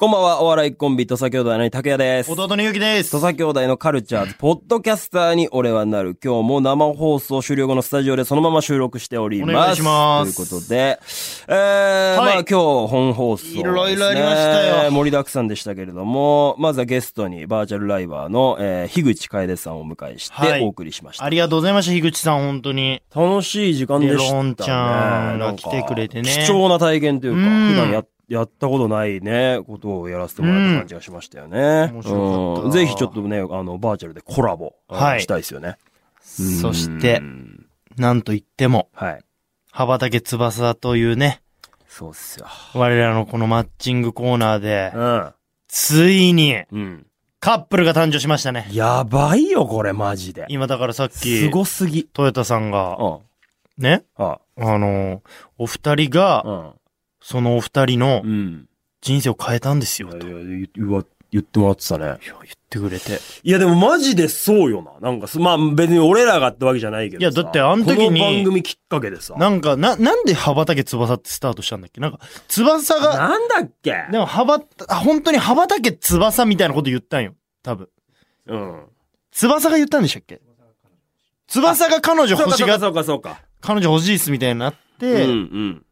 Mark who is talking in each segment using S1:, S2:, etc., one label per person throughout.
S1: こんばんは、お笑いコンビ、土佐兄弟の拓也です。
S2: 弟のゆうきです。
S1: 土佐兄弟のカルチャーズ、ポッドキャスターに俺はなる。今日も生放送終了後のスタジオでそのまま収録しております。
S2: お願いします
S1: ということで、えー
S2: はい
S1: まあ今日本放送です、ね。
S2: いろいろありましたよ
S1: 盛りだくさんでしたけれども、まずはゲストにバーチャルライバーの、えー、樋口楓さんをお迎えし
S2: は
S1: て
S2: い
S1: お送りしました。
S2: ありがとうございました、樋口さん、本当に。
S1: 楽しい時間でしたね。
S2: メロンちゃん
S1: な
S2: が
S1: か
S2: 来てくれてね
S1: 貴重な体験というか、
S2: うん
S1: 普段ややったことないね、ことをやらせてもらった感じがしましたよね。
S2: うん面白かった
S1: うんぜひちょっとね、あの、バーチャルでコラボ、
S2: はい
S1: したいですよね。
S2: そし
S1: う
S2: て、
S1: ん
S2: なんといっても、
S1: はい。
S2: 羽ばたけ翼というね、
S1: そうっすよ。
S2: 我らのこのマッチングコーナーで
S1: う、ん。
S2: ついに
S1: うん。
S2: カップルが誕生しましたね。
S1: やばいよ、これ、マジで。
S2: 今だからさっ
S1: す
S2: き、
S1: ごすぎ。
S2: トヨタさんが
S1: う、ん。
S2: ね、
S1: あ、
S2: あの、お二人が、
S1: うん。
S2: そのお二人の
S1: うん。
S2: 人生を変えたんです
S1: い
S2: よ、
S1: や
S2: と。いや、
S1: いや言わ言ってもらってたね。
S2: 言ってくれて。
S1: いや、でもマジでそうよな。なんかす、まあ別に俺らがってわけじゃないけどさ。
S2: いやだってあの時に
S1: この番組きっかけでさ。
S2: なんか、な、なんで羽ばたけ翼ってスタートしたんだっけなんか、翼が、
S1: なんだっけ
S2: でも羽ばた、あ本当に羽ばたけ翼みたいなこと言ったんよ。多分。
S1: うん。
S2: 翼が言ったんでしたっけ翼が彼女
S1: そう
S2: 欲
S1: か
S2: し
S1: そうか
S2: が、
S1: そうかそうか。
S2: 彼女欲しいっすみたいになっ
S1: うんう
S2: て、
S1: ん。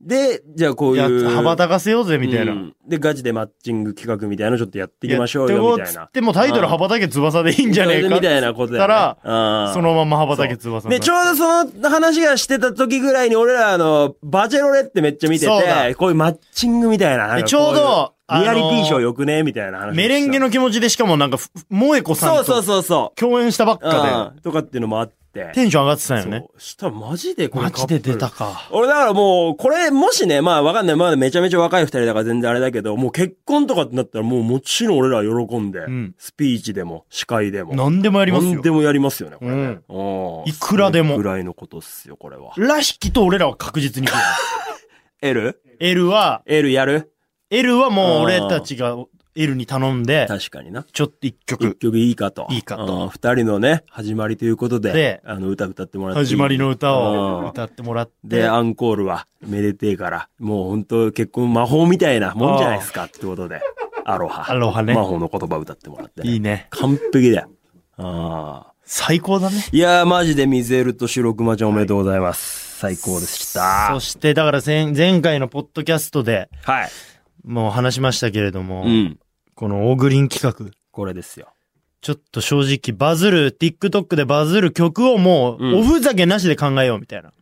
S1: で、じゃあこう
S2: い
S1: い
S2: や、
S1: う。
S2: 羽ばたかせようぜみたいうな。
S1: んで、ガチでマッチング企画みたいなのちょっとやっていきましょう
S2: やってこ
S1: よ、
S2: う
S1: み
S2: っ
S1: たい
S2: つ
S1: な
S2: っ。てもうタイトル羽ばたけ翼でいいんじゃねえか。
S1: みたいなことだ
S2: だか
S1: ら
S2: そのまま羽ばたけ翼にな
S1: で、
S2: っ
S1: ちょうどその話がしてた時ぐらいに俺らあの、バチェロレってめっちゃ見て
S2: そうだ
S1: て、こういうマッチングみたいな。なんかこい
S2: でちょうどあのー
S1: リアリティショーよくねみたいな話。
S2: メレンゲの気持ちでしかもなんか、ふ萌え子
S1: そ
S2: さ
S1: うんそう
S2: と
S1: そうそ
S2: 共演したばっ
S1: う。う
S2: か
S1: んとかっていうのもあって
S2: で、。テンション上がってたんよね。
S1: そうしたらマジでこれ
S2: マジで出た。か。
S1: 俺だからもう、これ、もしね、まあわかんない。まだめちゃめちゃ若い二人だから全然あれだけど、もう結婚とかってなったらもうもちろん俺ら喜んで、
S2: うん
S1: スピーチでも、司会でも。
S2: 何でもやります
S1: 何
S2: よ
S1: で。もやりますよね、これ
S2: うん
S1: ね。うん
S2: いくらでも
S1: ぐらいのことっすよ、これは。
S2: らしきと俺らは確実に来る。
S1: L?
S2: L は、
S1: L やる
S2: L はもう俺たちが L に頼んで、
S1: 確かにな。
S2: ちょっと一
S1: 一
S2: 曲、
S1: 曲いいかと。
S2: いいか
S1: う
S2: と
S1: ん二人のね、始まりということで、
S2: で
S1: あの、歌歌ってもらっていい。
S2: 始まりの歌
S1: うん
S2: を歌ってもらって、
S1: で、アンコールは、めでてえから、もう本当結婚魔法みたいなもんじゃないですかってことで、アロハ。
S2: アロハね
S1: 魔法の言葉歌ってもらって、
S2: いい。ね。
S1: 完璧だよ。ああ。
S2: 最高だね。
S1: いやー、マジでミゼルと白熊ちゃんおめでとうございます。最高でした。
S2: そして、だから前前回のポッドキャストで
S1: はい。
S2: もう話しましたけれども、
S1: うん。
S2: このオーグリン企画、
S1: これですよ。
S2: ちょっと正直バズる、TikTok でバズる曲をも
S1: うん
S2: う、おふざけなしで考えようみたいな。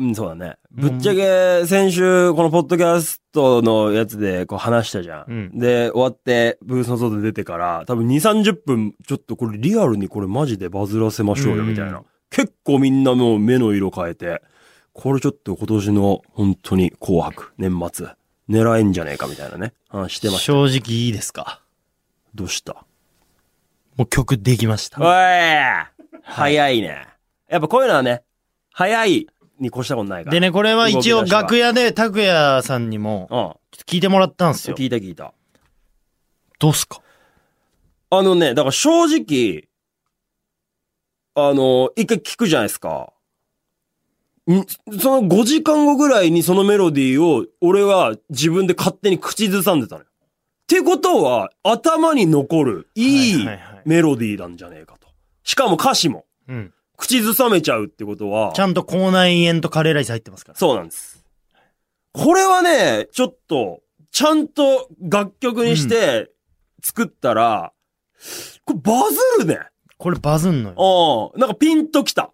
S1: うん、そうだね。ぶっちゃけ、先週、このポッドキャストのやつで、こう話したじゃん。
S2: うん
S1: で、終わって、ブースの外出てから、多分2、30分、ちょっとこれリアルにこれマジでバズらせましょうよ、みたいな。
S2: うん
S1: 結構みんなもう目の色変えて、これちょっと今年の、本当に、紅白、年末、狙えんじゃねえか、みたいなね。話してました。
S2: 正直いいですか
S1: どうした
S2: もう曲できました。
S1: おい早いね。やっぱこういうのはね、早いに越したことないから。
S2: でね、これは一応楽屋で拓也さんにも
S1: うん。
S2: 聞いてもらったんですよ。
S1: 聞いた聞いた。
S2: どうすか
S1: あのね、だから正直、あの、一回聞くじゃないですか。んその5時間後ぐらいにそのメロディーを俺は自分で勝手に口ずさんでたのよ。ってことは、頭に残るいい
S2: はいはいはい
S1: メロディーなんじゃねえかと。しかも歌詞も、
S2: うん。
S1: 口ずさめちゃうってことは
S2: ち、ゃんと口内炎とカレーライス入ってますから。
S1: そうなんです。これはね、ちょっと、ちゃんと楽曲にして作ったら、これバズるね。
S2: これバズんのよ。
S1: うん。なんかピンときた。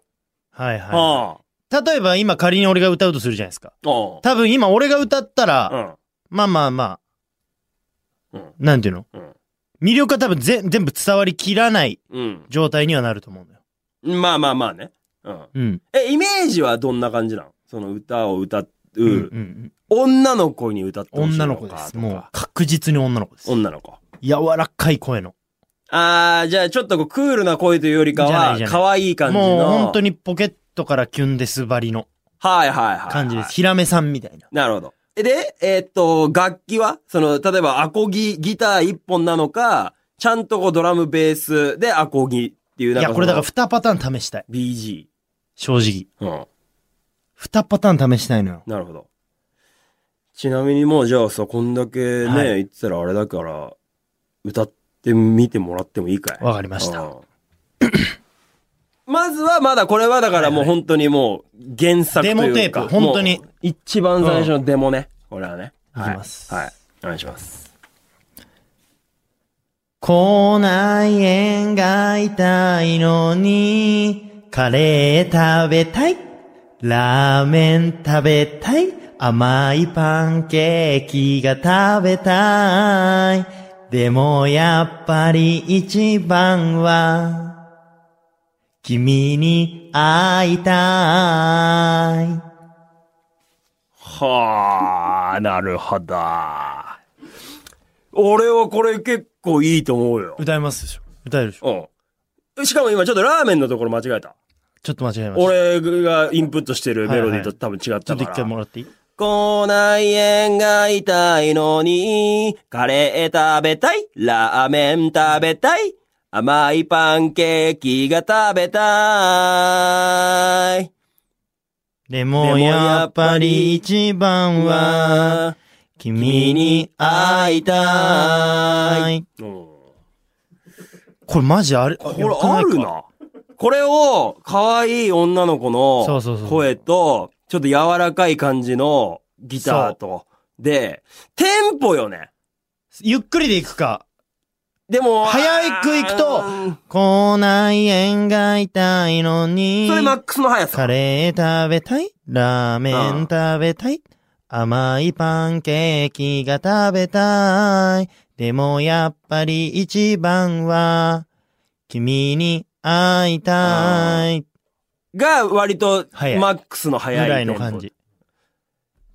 S2: はい
S1: うん。
S2: は
S1: あ
S2: い。例えば今仮に俺が歌うとするじゃないですか。
S1: あ。
S2: 多分今俺が歌った
S1: う
S2: ら、
S1: ん。
S2: まあまあまあ
S1: うん、
S2: なんていうの
S1: うん
S2: 魅力は多分ぜ全部伝わりきらない状態にはなると思うんだよ。
S1: うん。まあまあまあね。うん。
S2: うん。
S1: え、イメージはどんな感じなのその歌を歌う、
S2: うんうん
S1: 女の子に歌って
S2: うん。
S1: ほしい
S2: 女
S1: のか
S2: の子です。
S1: と
S2: もう
S1: か
S2: 確実に女の子です。
S1: 女の子。
S2: 柔らかい声の。
S1: ああ、じゃあちょっとこうクールな声というよりか
S2: じゃない
S1: は
S2: じゃ、ない
S1: 可愛い感じの。
S2: もう本当
S1: に。
S2: にポケットからキュンですばりの
S1: はいはいはいはい。
S2: 感じです。。ヒラメさんみたいな。
S1: なるほど。えで、えーっと、楽器はその、例えばアコギ、ギター一本なのか、ちゃんとこうドラム、ベースでアコギっていう、なん
S2: い
S1: かそ
S2: や、
S1: の
S2: これだから2パターン試したい。
S1: BG。
S2: 正直。
S1: うん。
S2: 2パターン試したいのよ。
S1: なるほど。ちなみにもうじゃあさ、こんだけね、
S2: はい
S1: 言ってたらあれだから、歌ってみてもらってもいいかい
S2: わかりました。
S1: うん まずはまだこれはだからもう本当にもう原作というか。
S2: デモテープ本当に
S1: もう一番最初のデモね。これはね。
S2: いきます
S1: はい。はいお願いします。
S2: 口内炎が痛いのに、カレー食べたい。ラーメン食べたい。甘いパンケーキが食べたい。でもやっぱり一番は、君に会いたい。
S1: はあ、なるほど。俺はこれ結構いいと思うよ。
S2: 歌えますでしょ歌えるでしょ
S1: うん。しかも今ちょっとラーメンのところ間違えた。
S2: ちょっと間違えました。
S1: 俺がインプットしてるメロディーと
S2: はいはい
S1: 多分違ったか
S2: ちょっと一回
S1: ら。
S2: もらっていい
S1: 口内炎が痛いのに、カレー食べたい、ラーメン食べたい、甘いパンケーキが食べたい。
S2: でもやっぱり一番は、君に会いたい。
S1: うん
S2: これマジあれ、
S1: これあるな。これを、可愛い女の子
S2: そうそうそ
S1: の
S2: う
S1: 声と、ちょっと柔らかい感じのギターと。で、テンポよね。
S2: ゆっくりで行くか。
S1: でも、
S2: 早く行くと
S1: うん
S2: 口内炎が痛いのに
S1: そ、れマックスの速さ。
S2: カレー食べたい、ラーメン食べたい、甘いパンケーキが食べたい。でもやっぱり一番は、君に会いたい。
S1: が、割と、マ
S2: 速い
S1: ックスの
S2: ぐ
S1: 速い
S2: ら
S1: テ
S2: い
S1: ン
S2: の
S1: ポ
S2: 感。じ。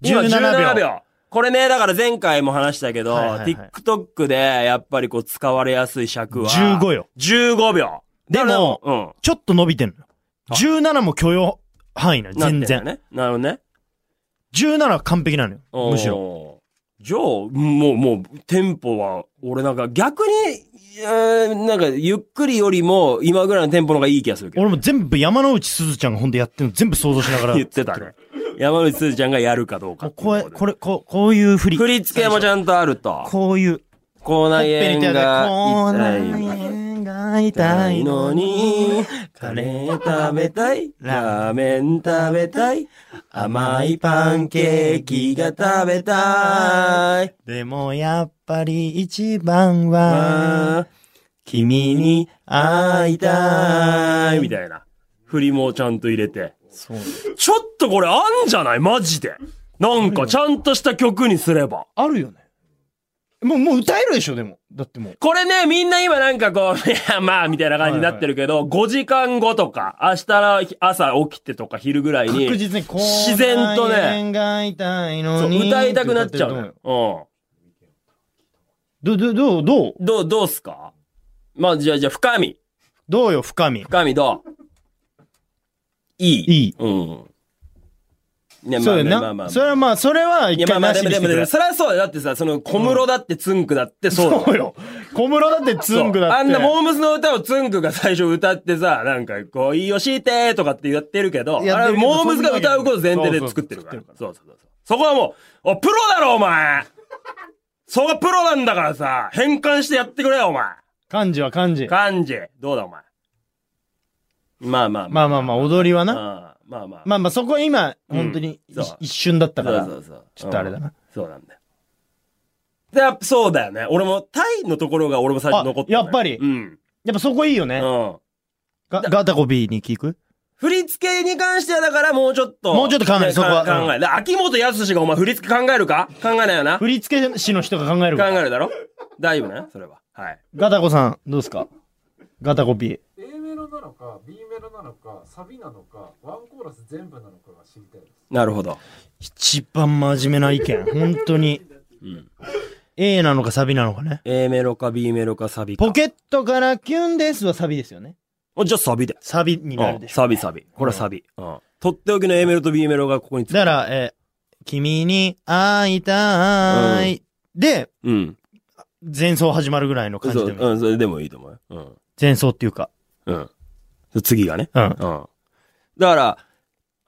S1: 今
S2: 17
S1: 17
S2: 秒。
S1: 秒。これね、だから前回も話したけど、
S2: はいはいはい
S1: TikTok でやっぱりこう使われやすい尺は。
S2: 15よ。
S1: 15秒。だ
S2: でも
S1: からうん。
S2: ちょっと伸びてんのよ。
S1: あ
S2: 17も許容範囲なの、全
S1: なってんだよ
S2: 然。
S1: ね。なるほどね。
S2: 17は完璧なのよ、むしろ。
S1: ろ。じゃあ、もう、もう、テンポは、俺なんか、逆に、えーなんか、ゆっくりよりも、今ぐらいのテンポの方がいい気がするけど。
S2: 俺も全部山之内すずちゃんがほんとやってるの全部想像しながら。
S1: 言ってたね。山内すずちゃんがやるかどうか
S2: もう
S1: ってい
S2: こ
S1: うと
S2: うや、
S1: こ
S2: これ、こう、こういう振り。
S1: で。振り付けもち
S2: ゃ
S1: ゃんとあると。
S2: こういう。
S1: 口
S2: ほっ
S1: 内
S2: ぺに手
S1: 炎
S2: 当ててこ
S1: が
S2: うな
S1: 痛い。
S2: ん
S1: 痛
S2: が痛
S1: い
S2: い
S1: の
S2: の
S1: に
S2: に、、
S1: カレー食べたい、ラーメン食べたい、甘
S2: 甘
S1: い
S2: い
S1: パ
S2: パ
S1: ン
S2: ン
S1: ケ
S2: ケ
S1: ー
S2: ー
S1: キ
S2: キ
S1: が食
S2: が食
S1: べ
S2: べ
S1: た
S2: た
S1: い。
S2: でもやっぱり一番は、
S1: 君に
S2: 会いたい
S1: みたいな。振りもちゃんと入れて。
S2: そう。
S1: ちょっとこれあんじゃないマジで。なんかちゃんとした曲にすれば。
S2: あるよね。もう、もう歌えるでしょ、でも。だってもう。
S1: これね、みんな今なんかこう、い や、まあ、みたいな感じになってるけど、5時間後とか、明日の朝起きてとか昼ぐらいに、
S2: 確実にこう。
S1: 自然とね
S2: 内縁が痛い
S1: そ
S2: の
S1: う
S2: に。
S1: 歌いたくなっちゃう
S2: っ
S1: の
S2: て歌ってる
S1: よ。うん。
S2: と思うよ。ど、ど、どう、どう
S1: どう、どうっすかまあ、じゃあ、じゃあ、深み。
S2: どうよ、深み。
S1: 深みどういい。
S2: いい。
S1: うん。ね、ま
S2: そ
S1: あ
S2: う
S1: ね、まあ
S2: よ
S1: まあま
S2: な。
S1: あ。
S2: それはまあ、それはい一
S1: や、まあ
S2: 回
S1: まあ、
S2: な
S1: で
S2: し
S1: も
S2: に
S1: で
S2: して
S1: も
S2: く
S1: で
S2: れ
S1: も、。それはそうよ。だってさ、その、小室だってつんくだってそうだよ
S2: そうよ。小室だってツングだって。
S1: あんなモームスの歌をつんくが最初歌ってさ、なんか、こう、いいよしてーとかってやってるけど、あれ
S2: やって
S1: は
S2: るけど
S1: モームスが歌うこと前提で作ってるから。そうそうそう。そこはもう、お、プロだろ、お前そこはプロなんだからさ、変換してやってくれよ、お前
S2: 漢字は漢字。
S1: 漢字、どうだ、お前まあまあ
S2: まあまあまあ、踊りはな。
S1: あまあまあ。
S2: まあまあ、そこは今、
S1: うん
S2: 本当にい
S1: そう
S2: 一瞬だったか
S1: そう
S2: ら
S1: そ。うそう。
S2: ちょっとあれだな
S1: うんそうなんだよ。で、やっぱそうだよね。俺も、タイのところが俺も最初残ってたのよ
S2: あやっぱり
S1: うん。
S2: やっぱそこいいよ
S1: う
S2: ね。
S1: ん。
S2: がガタコ B に聞く
S1: 振り付けに関してはだからもうちょっと。
S2: もうちょっと考える
S1: ね
S2: そこは
S1: か考える。で秋元康がお前振り付け考えるか考えないよな。考
S2: 振り付け師の人が考えるか
S1: え
S2: ら。
S1: るだろ大丈夫ねそれは。はい。
S2: ガタコさん、どうですかガタコ B。
S3: A メロなのか B メロなのかサビなのかワンコーラス全部なのかが知りたいです
S1: なるほど。
S2: 一番真面目な意見。本当に。A なのかサビなのかね。
S1: A メロか B メロかサビか。
S2: ポケットからキュンですはサビですよね。
S1: おじゃあサビで。
S2: サビになる
S1: うん
S2: でしょ。
S1: サビサビ。これはサビ。うん。とっておきの A メロと B メロがここにつく
S2: だか、ら、えー君に会いたい。で、
S1: うん。
S2: 前奏始まるぐらいの感
S1: そ
S2: じ
S1: う、
S2: でもいい。
S1: うん、それでもいいと思うよ。うん。
S2: 前奏っていうか。
S1: うん。次がね。
S2: うん。
S1: うん。だから、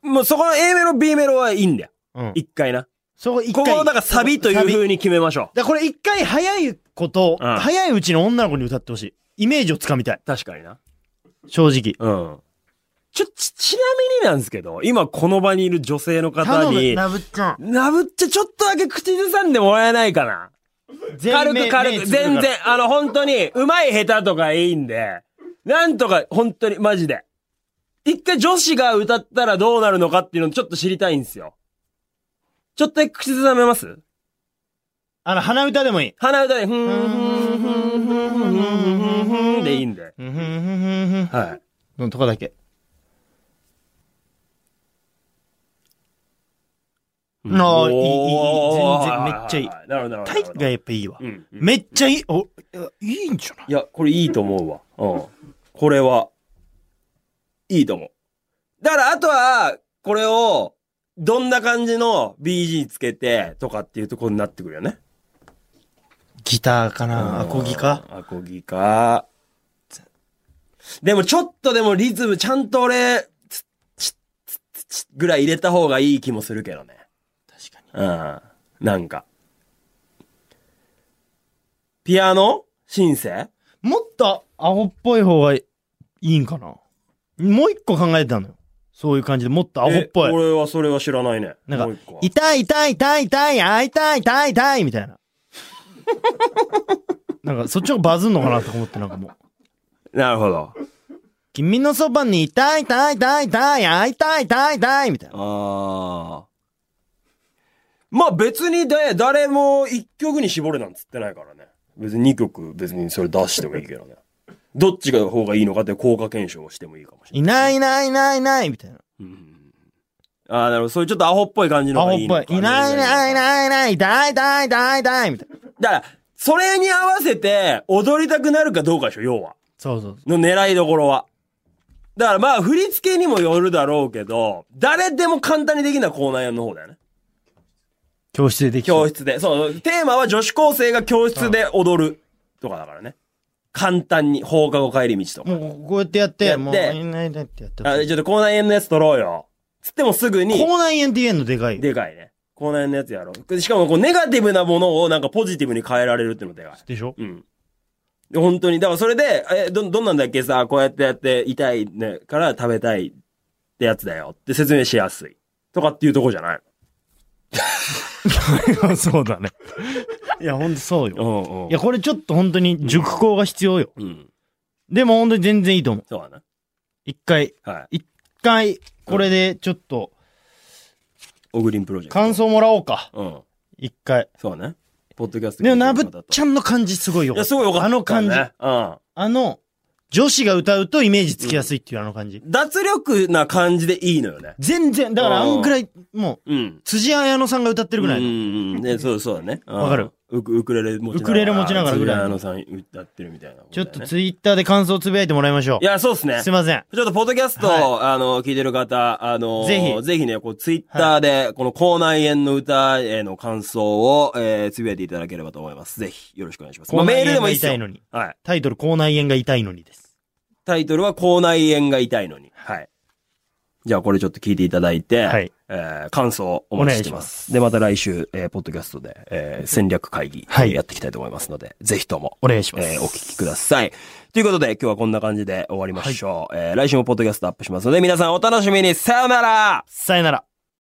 S1: もうそこの A メロ、B メロはいいんだよ。
S2: うん。
S1: 一回な。
S2: そこ一
S1: こ
S2: 回。
S1: こをだからサビという
S2: サ
S1: 風に決めましょ
S2: だからこれ一回早いこと、
S1: うん
S2: 早いうちの女の子に歌ってほしい。イメージをつかみたい。
S1: う。確かにな。
S2: 正直。
S1: うん。ちょ、ち、ちなみになんですけど、今この場にいる女性の方に、
S2: ぶっちゃん。
S1: なぶっちゃちょっとだけ口ずさんでもらえないかな。軽く軽く、全然、あの、本当に、うまい下手とかいいんで、なんとか、本当に、マジで。一回女子が歌ったらどうなるのかっていうのをちょっと知りたいんですよ。ちょっとだけ口ずさめます
S2: あの、鼻歌でもいい。
S1: 鼻歌で、ふん、ふん、ふん、ふん、ふん、ふん、ふん、でいいんで。
S2: うんふんふんふんふん
S1: はい。
S2: のとかだけ。ああ、いい、いい、
S1: おー
S2: 全然めっちゃいい。。
S1: なるほど、なるほど。
S2: タイがやっぱいいわ
S1: う。ん。うん
S2: めっちゃいい。お、いやいいんじゃない
S1: いや、これいいと思うわ。うん。これは、いいと思う。だから、あとは、これを、どんな感じの BG つけて、とかっていうところになってくるよね。
S2: ギターかなアコギか
S1: アコギか。でもちょっとでもリズムちゃんと俺、つつつつつぐらい入れた方がいい気もするけどね。
S2: 確かに。
S1: うん。なんか。ピアノシンセ
S2: もっとアホっぽい方がいいんかなもう一個考えてたのよ。そういう感じで、もっとアホっぽ
S1: え
S2: い。
S1: 俺はそれは知らないね。
S2: なん
S1: もう一
S2: か
S1: 個は、
S2: 痛い痛い痛い痛い、会いたい痛い痛いみたいな。 なんかそっちの方がバズんのかなとか思ってなんかもう。
S1: なるほど。
S2: 君のそばにいたいたいたいたい会いたいたいたいみたいな。
S1: ああ。まあ別にだ、誰も一曲に絞るなんつってないからね。別に二曲別にそれ出してもいいけどね。 どっちが方がいいのかって効果検証をしてもいいかもしれ
S2: い
S1: ない。
S2: ないいないいないいないみたいな。
S1: うんああ、なるほど。そういうちょっとアホっぽい感じの
S2: ア
S1: 方
S2: ホ
S1: が
S2: っ
S1: いいの
S2: ぽ
S1: か。
S2: い。いないいないいないいない痛い痛い痛い痛いみたいな。
S1: だから、それに合わせて踊りたくなるかどうかでしょ、要は。
S2: そうそうそう。
S1: の狙いどころは。だからまあ、振り付けにもよるだろうけど、誰でも簡単にできるのはコーナー用の方だよね。
S2: 教室ででき
S1: 教
S2: る。
S1: 室で。そう、テーマは女子高生が教室で踊るとかだからね。簡単に放課後帰り道とか。
S2: もうこうやってやっ、
S1: やってて
S2: もういないいないってやってほしい。
S1: あちょっと口内炎のやつ取ろうよ。つってもすぐに、
S2: 口内炎って言えんのでか いよ。
S1: でかいね。口内炎のやつやろう。しかもこうネガティブなものをなんかポジティブに変えられるっていうのでかい。
S2: でしょ
S1: うん。で本当に。だからそれで、え、ど、どんなんだっけさ、こうやってやって、痛いね、から食べたいってやつだよって説明しやすい。とかっていうとこじゃない
S2: そうだね。いや、ほんとそうよ。
S1: んう
S2: いや、これちょっと本当に熟考が必要よ。
S1: うん。
S2: でも本当に全然いいと思う。
S1: そうだ
S2: 一回、
S1: な。はい。
S2: 一回、これでちょっと
S1: オグリンプロジェクト。
S2: 感想もらおうか。
S1: うん。
S2: 一回。
S1: そうね。ポッドキャスト
S2: でも、な
S1: 聞い
S2: ぶ
S1: て
S2: っ
S1: る方と
S2: ちゃんの感じすごいよ
S1: い
S2: か
S1: や、
S2: った。
S1: すごいよかった、
S2: あの感じ。
S1: うん。
S2: あの、女子が歌うとイメージつきやすいっていうあの感じ。
S1: 脱力な感じでいいのよね。
S2: 全然、だからあんぐらい、も
S1: う
S2: う、
S1: ん。
S2: 辻彩乃さんが歌ってるぐらい
S1: うんう
S2: の。
S1: んうん。ね、そうそうだね。わ
S2: わかる
S1: ウクウクレレ持ちながら。
S2: ウクレレ持ちながらぐらい
S1: あのさん歌ってるみたいなこと
S2: ち
S1: だ
S2: ょ
S1: よ
S2: っ
S1: ね、
S2: とツイッターで感想つぶやいてもらいましょ
S1: いや、そうっすね
S2: う。す。いません。
S1: ちょっと、ポッドキャスト、
S2: は
S1: あの、聞いてる方、あの
S2: ぜひ
S1: ぜひね、こう、ツイッターで、この、口内炎の歌への感想を、えー、つぶやいていただければと思います。ぜひ、よろしくお願いします。まあ、メールでもいいっす
S2: 口内
S1: よ。
S2: 炎が痛いのに。
S1: はい。
S2: タイトル、口内炎が痛いのにです。
S1: タイトルは、口内炎が痛いのに。はい。じゃあ、これちょっと聞いていただいて、
S2: はい
S1: えー、感想をお待ちしてます。で、また来週、えー、ポッドキャストで、えー、戦略会議、
S2: はい
S1: やっていきたいと思いますので、ぜひとも、
S2: お願いします。
S1: えーお聞きください。ということで、今日はこんな感じで終わりましょう。えー来週もポッドキャストアップしますので、皆さんお楽しみにさようなら
S2: さよなら。